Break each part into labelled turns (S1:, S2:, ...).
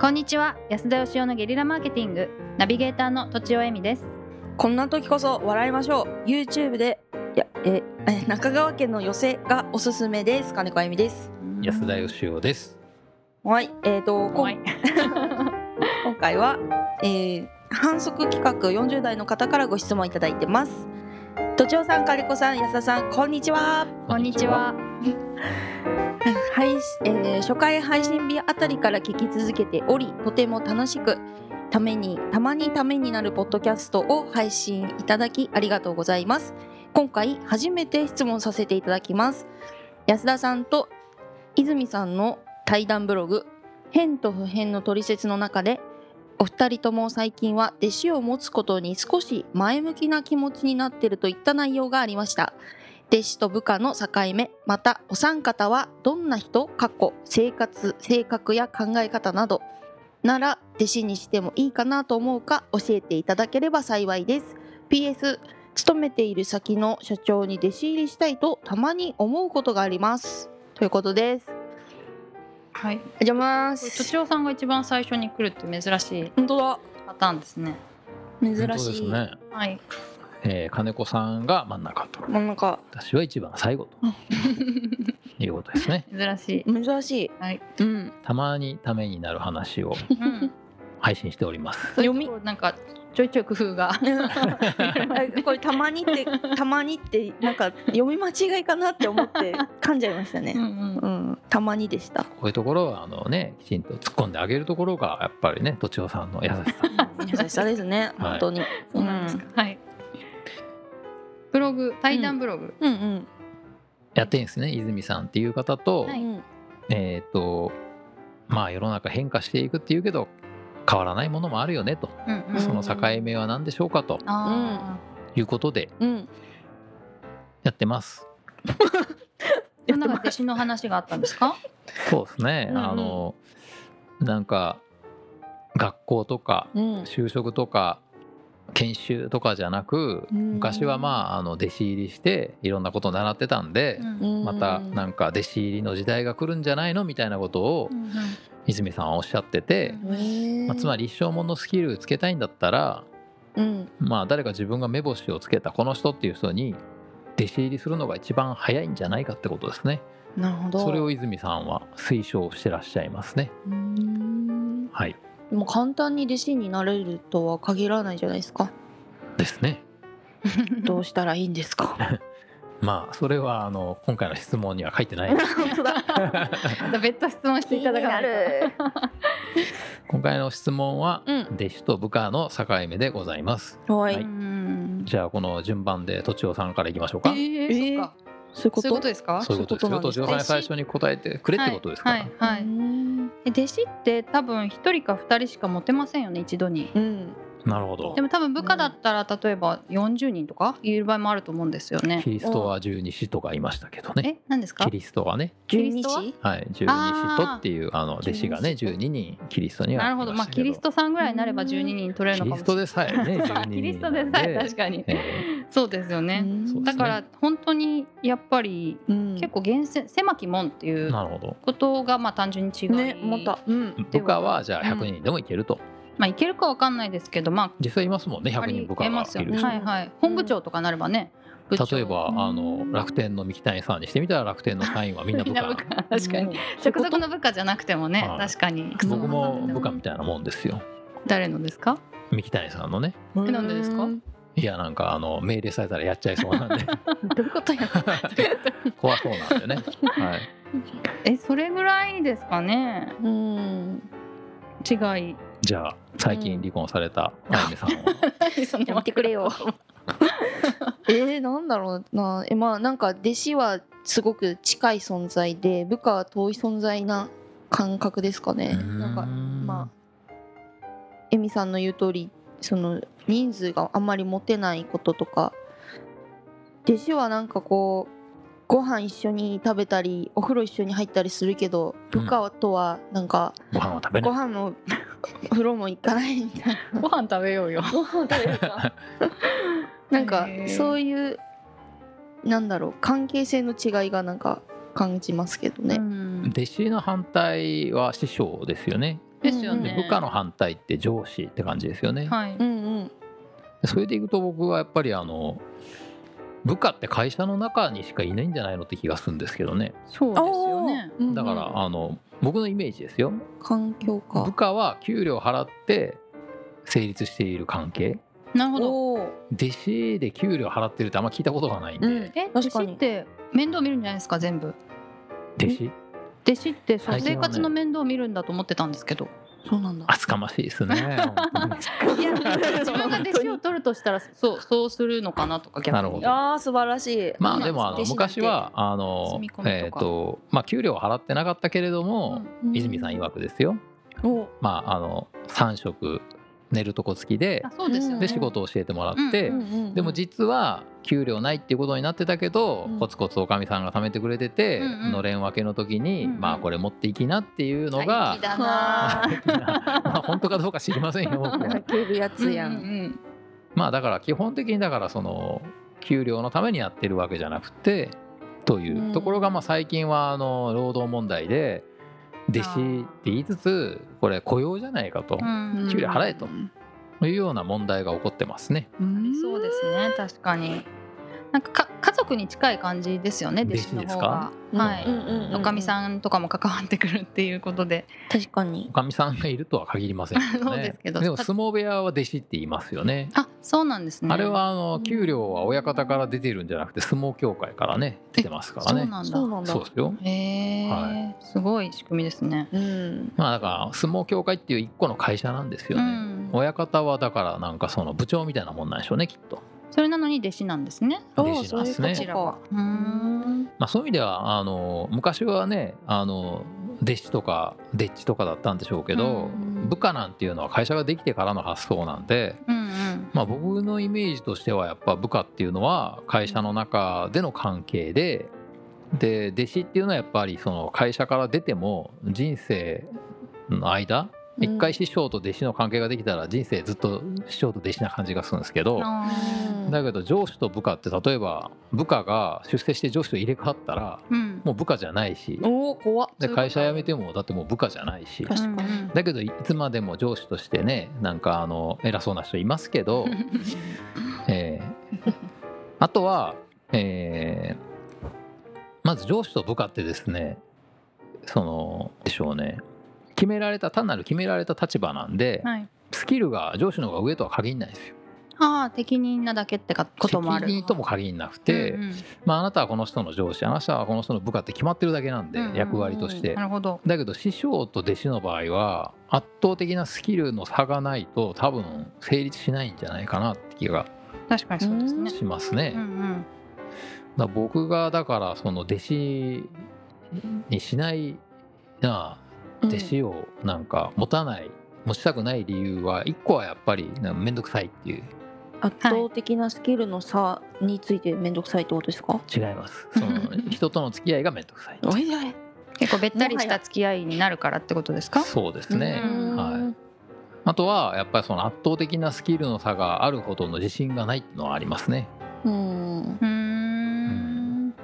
S1: こんにちは安田義雄のゲリラマーケティングナビゲーターの土地尾恵美です
S2: こんな時こそ笑いましょう YouTube でいやええ中川家の寄せがおすすめです金子あゆみです
S3: 安田義雄です。
S2: はいえー、とこ
S1: 怖い
S2: ん今回は、えー反則企画40代の方からご質問いただいてます土地さん金子さん安田さんこんにちは
S1: こんにちは
S2: 配信えー初回配信日あたりから聞き続けておりとても楽しくためにたまにためになるポッドキャストを配信いただきありがとうございます今回初めて質問させていただきます安田さんと泉さんの対談ブログ「変と不変のトリセツ」の中でお二人とも最近は弟子を持つことに少し前向きな気持ちになっているといった内容がありました弟子と部下の境目またお三方はどんな人過去生活性格や考え方などなら弟子にしてもいいかなと思うか教えていただければ幸いです PS 勤めている先の社長に弟子入りしたいとたまに思うことがありますということです
S1: はいこ
S2: お邪魔
S1: れ土地尾さんが一番最初に来るって珍しい
S2: 本当だ
S1: パターンですね
S2: 珍
S3: 本当で
S2: し
S3: す
S2: い、
S3: ね。
S1: はい。
S3: えー金子さんが真ん中と、
S2: もうなんか
S3: 私は一番最後と いうことですね
S1: 珍しい
S2: 珍しい、
S1: はい
S2: うん
S3: たまにためになる 話を
S1: うん
S3: 配信しております。
S1: そういうとこなんかちょいちょい工夫が
S2: これたまにってたまにってなんか読み間違いかなって思って噛んじゃいましたね
S1: うんうん
S2: うん、たまにでした。
S3: こういうところはあのね、きちんと突っ込んであげるところがやっぱりね、土地さんの優しさ。
S2: 優しさですね、
S3: はい
S2: 本当に。
S1: そうなんですか、はいブログ対談ブログ、
S2: うんうん。
S3: やってんですね、泉さんっていう方と、
S1: はい
S2: うん
S3: えっ、とまあ世の中変化していくっていうけど変わらないものもあるよねと、
S1: うんうん
S3: その境目は何でしょうかと
S1: あ
S3: いうことで
S2: うん。
S3: やってます。
S1: ーその中で弟子の話があったんですか
S3: そうですね、
S2: うんうん
S3: あのなんか学校とか
S2: うん。
S3: 就職とか研修とかじゃなく昔はまああの弟子入りしていろんなこと習ってたんで、
S1: うん
S3: またなんか弟子入りの時代が来るんじゃないのみたいなことを
S1: うん
S3: 泉さんはおっしゃってて、まあ、つま
S2: り、
S3: り一生ものスキルつけたいんだったら、
S2: うん、
S3: まあ、誰か自分が目星をつけたこの人っていう人に弟子入りするのが一番早いんじゃないかってことですね。
S2: なるほど。
S3: それを泉さんは推奨してらっしゃいますね。
S2: うん。で
S3: はい、
S2: も簡単に弟子になれるとは限らないじゃないですか。
S3: ですね。
S2: どうしたらいいんですか。
S3: まあそれはあの今回の質問には書い てな い
S2: 本当 だ。
S1: また別途質問していただかないと。
S3: 今回の質問は
S2: うん
S3: 弟子と部下の境目でございます
S2: は
S3: はい
S2: い。
S1: うん
S3: じゃあこの順番でとちおさんからいきましょうか、
S1: え
S2: え
S1: ー
S2: ー
S1: そっか
S2: そういうこ
S1: そういうこと
S2: と。
S1: ですか。
S3: そういうことですよ
S2: そ
S3: と
S2: ういうことなんです
S3: ちおさんに最初に答えてくれってことですから、
S1: はいはいは
S2: う
S1: い
S2: ん。
S1: え弟子って多分一人か二人しか持てませんよね一度に。
S2: うん。
S3: なるほど
S1: でも多分部下だったら例えば40人とかいる場合もあると思うんですよね
S3: キ。リストは十二使徒がいましたけどね
S1: え何ですか
S3: キ。リストはね、
S1: キ
S2: 十
S1: リ
S2: 二
S1: ストは
S2: 時。
S3: はい、十二使徒っていうあの弟子がね
S2: 十
S3: 十二人キリストにはい
S1: なる
S3: ま
S1: ほ
S3: し
S1: ど。
S3: た
S1: まあキリストさんぐらいになれば12人取れる
S3: キ
S1: の
S3: リ
S1: か
S3: ス
S1: もし
S3: ト
S1: れない。
S3: でさえ ね12人
S1: キリストでさえ確かに
S3: え
S1: そうですよね。
S3: そうで
S1: だ
S3: すね
S1: から本当にやっぱり
S2: うん。
S1: 結構厳選狭き門ってい
S3: え
S1: う
S3: なるほど
S1: ことがまあ単純に違い。
S2: ね、思った。うん。
S3: 部下はじゃあ100人でもいけると、
S1: まあいけるかわかんないですけどまあ
S3: 実際いますもんね100人部下がいる
S2: ね
S3: 人
S1: はいはい。本部長とかなればね。部長
S3: 例えばあの楽天の三木谷さんにしてみたら楽天の社員はみんな
S1: み
S3: 部
S1: ん な部
S3: 下
S1: 下確かに。
S2: そういうこ
S1: 直
S2: と。
S1: 属の部下じゃなくてもね
S3: は、い
S1: 確かに。
S3: 僕も部下みたいなもんですよ
S1: 誰のですか？
S3: 三木谷さんのね
S2: え
S1: なんでですか
S3: いやなんかあの命令されたらやっちゃいそ うなんで
S2: どういうことや。
S3: 怖そうなんでね、はい、
S1: え、それぐらいですかね。
S2: うん。
S1: 違 い。
S3: じゃあ最近離婚されたあゆみさんは、
S2: やめてくれよ。 えー、なんだろうな。え、まあ、なんか弟子はすごく近い存在で、部下は遠い存在な感覚ですかね。 なんか、まあ、エミさんの言う通り、その人数があんまり持てないこととか。弟子はなんかこう。ご飯一緒に食べたりお風呂一緒に入ったりするけど部下とはなんか
S3: ご飯は食べ
S2: ご
S3: ない
S2: 飯も お風呂も行かないみたいな
S1: ご飯食べようよ。
S2: ご飯食べ るかなんか
S1: へー
S2: そういうなんだろう関係性の違いがなんか感じますけどね、
S1: うん
S3: 弟子の反対は師匠ですよね
S1: ですよね
S3: で部下の反対って上司って感じですよね、
S1: はい
S2: うんうん
S3: それでいくと僕はやっぱりあの部下って会社の中にしかいないんじゃないのって気がするんですけどね
S1: そうですよね
S2: おーうんうん
S3: だから、あの僕のイメージですよ
S2: 環境
S3: 部
S2: か
S3: 下は給料払って成立している関係
S1: なるほど
S2: おー
S3: 弟子で給料払ってるってあんま聞いたことがないんで、
S2: うん
S1: え弟
S2: 確
S1: 子
S2: かに
S1: って面倒見るんじゃないですか全部
S3: 弟子
S1: 弟子ってそう
S3: 最近
S1: 生
S3: はね
S1: 活の面倒を見るんだと思ってたんですけど
S2: そうなんだ
S3: 厚かましい ですね本当に
S1: いや自分が弟子を取るとしたらそうそうするのかなとか逆に
S3: なるほど
S2: あー素晴らしい
S3: まあでもあの
S2: 弟子なんて
S3: 昔はあの
S1: 住み込みとか
S3: えっ、とまあ給料払ってなかったけれども、
S2: うん
S3: 泉さん曰くですよ
S2: お
S3: まああの3食寝るとこ付きで
S1: あそうですよね
S3: で仕事を教えてもらって、
S1: うん
S3: でも実は給料ないっていうことになってたけど、
S2: うん
S3: コツコツおかみさんが貯めてくれてて、
S1: うんうん
S3: のれん分けの時に、
S1: うんうん
S3: まあこれ持っていきなっていうの
S1: 大
S3: が
S1: 気、だなぁ
S3: まあ本当かどうか知りませんよ僕は
S2: けるやつや
S1: うんうんん
S3: まあだから基本的にだからその給料のためにやってるわけじゃなくてというところがまあ最近はあの労働問題で弟子って言いつつこれ雇用じゃないかと
S1: うん
S3: 給料払えというような問題が起こってますね。
S1: そうですね確かになんかか家族に近い感じですよね弟子の方が
S3: 弟
S1: はい、
S2: うんうんうん
S1: おかみさんとかも関わってくるっていうことで
S2: 確かに
S3: おかみさんがいるとは限りませんけ ど
S1: そう
S3: ね
S1: ですけど
S3: も相撲部屋は弟子って言いますよね。
S1: あそうなんですね
S3: あれはあ
S2: う
S3: の
S2: ん
S3: 給料は親方から出てるんじゃなくて相撲協会からね出てますから
S1: そう
S3: ね。
S1: なんだ
S2: そうなんだ
S3: そうですよ。
S1: へえ、
S3: は
S1: すごい仕組みですね
S2: うん
S3: まあだから相撲協会っていう一個の会社なんですよ
S1: う
S3: ね。
S1: ん、
S3: 親方はだからなんかその部長みたいなもんなんでしょうねきっと
S1: それなのに弟子なんですね
S2: あ
S3: 弟子なんですね
S1: こ
S2: そ
S1: ち
S2: ういう
S1: らはうーん
S3: まあ、そういう意味ではあの昔はねあの弟子とか弟子とかだったんでしょうけど、
S2: うん
S3: 部下なんていうのは会社ができてからの発想なんで、
S1: うんうん
S3: まあ、僕のイメージとしてはやっぱ部下っていうのは会社の中での関係でで弟子っていうのはやっぱりその会社から出ても人生の間一回師匠と弟子の関係ができたら人生ずっと師匠と弟子な感じがするんですけど、
S1: あー
S3: だけど上司と部下って例えば部下が出世して上司と入れ替わったら
S1: うん
S3: もう部下じゃないし
S2: おおー怖っ
S3: で会社辞めてもだってもう部下じゃないし
S2: 確かに
S1: うん
S3: だけどいつまでも上司としてねなんかあの偉そうな人います けど、えーあとは、えーまず上司と部下ってですねそのでしょうね決められた単なる決められた立場なんで
S1: うんはい
S3: スキルが上司の方が上とは限らないですよ。
S1: ああ適任なだけってかこともある
S3: 責任とも限らなくて、
S1: うんうん
S3: まあ、あなたはこの人の上司あなたはこの人の部下って決まってるだけなんで、
S1: うんうんうん
S3: 役割として
S1: なるほど
S3: だけど師匠と弟子の場合は圧倒的なスキルの差がないと多分成立しないんじゃないかなって気が
S1: 確かにそうですね
S3: しますね、
S1: うんうん
S3: だから僕がだからその弟子にしないなあ弟子をなんか持たない、持ちたくない理由は一個はやっぱりなんか面倒くさいっていう
S2: 圧倒的なスキルの差について面倒くさいってことですか
S3: 違いますその人との付き合いが面倒くさい
S2: おいおい
S1: 結構べったりした付き合いになるからってことですか
S3: そうですね、
S1: うん
S3: はいあとはやっぱりその圧倒的なスキルの差があるほどの自信がないっていうのはありますね。
S2: うん
S1: うーん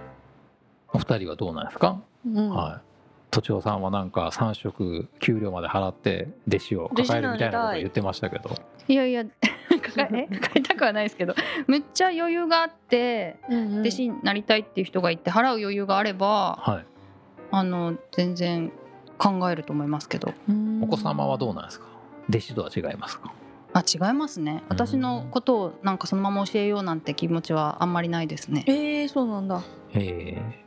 S3: お二人はどうなんですか？
S2: うん
S3: はい。土地さんはなんか三食給料まで払って弟子を抱えるみたいなことを言ってましたけど、
S1: いやい や抱ええ抱えたくはないですけどめっちゃ余裕があって
S2: うんうん
S1: 弟子になりたいっていう人がいて払う余裕があれば
S3: はい。
S1: あの全然考えると思いますけど
S2: うん
S3: お子様はどうなんですか？弟子とは違いますか？
S1: あ違いますね私のことをなんかそのまま教えようなんて気持ちはあんまりないですね
S2: えー、そうなんだ
S3: ええ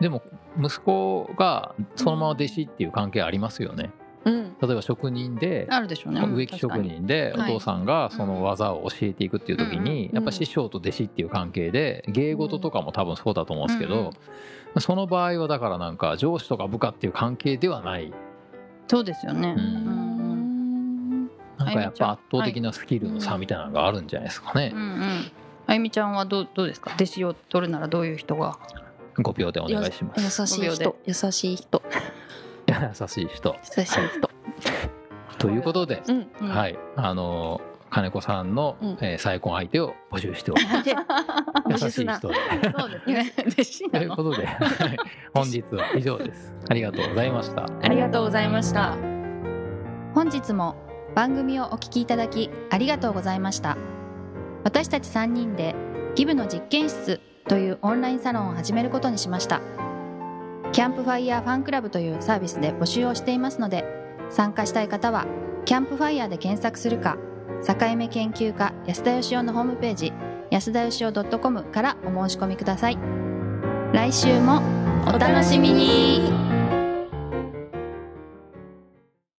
S3: でも息子がそのまま弟子っていう関係ありますよね。
S2: うん
S3: 例えば職人で
S1: あるでしょうねうん
S3: 植木職
S1: 確かに
S3: 人でお
S1: はい
S3: 父さんがその技を教えていくっていう時に
S2: うん
S3: やっぱ師匠と弟子っていう関係で芸事とかも多分そうだと思うんですけどその場合はだからなんか上司とか部下っていう関係ではない
S1: そうですよね
S3: う
S2: うんん
S3: なんかやっぱ圧倒的なスキルの差みたいなのがあるんじゃないですかね
S1: うんうんあゆみちゃんはどうどうですか弟子を取るならどういう人が
S3: 5秒でお願いしま
S2: 優
S3: す
S2: し
S1: 5
S2: い
S1: 秒で
S2: 人優しい人
S3: 優しい人
S2: 優しい人
S3: ということで
S2: うん
S1: うん
S3: はいあの金子さんの
S2: うん
S3: えー再婚相手を募集しております
S2: で
S3: 優
S2: 募集
S3: し
S2: す
S3: い
S2: な
S3: 人で
S1: そうです ね弟子
S3: と
S1: な
S3: いう
S1: の
S3: ことではい本日は以上ですありがとうございました
S2: ありがとうございました
S1: 本日も番組をお聞きいただきありがとうございました私たち3人でギブの実験室というオンラインサロンを始めることにしましたキャンプファイヤーファンクラブというサービスで募集をしていますので参加したい方はキャンプファイヤーで検索するか境目研究家安田義雄のホームページ安田義雄 .com からお申し込みください来週もお楽しみに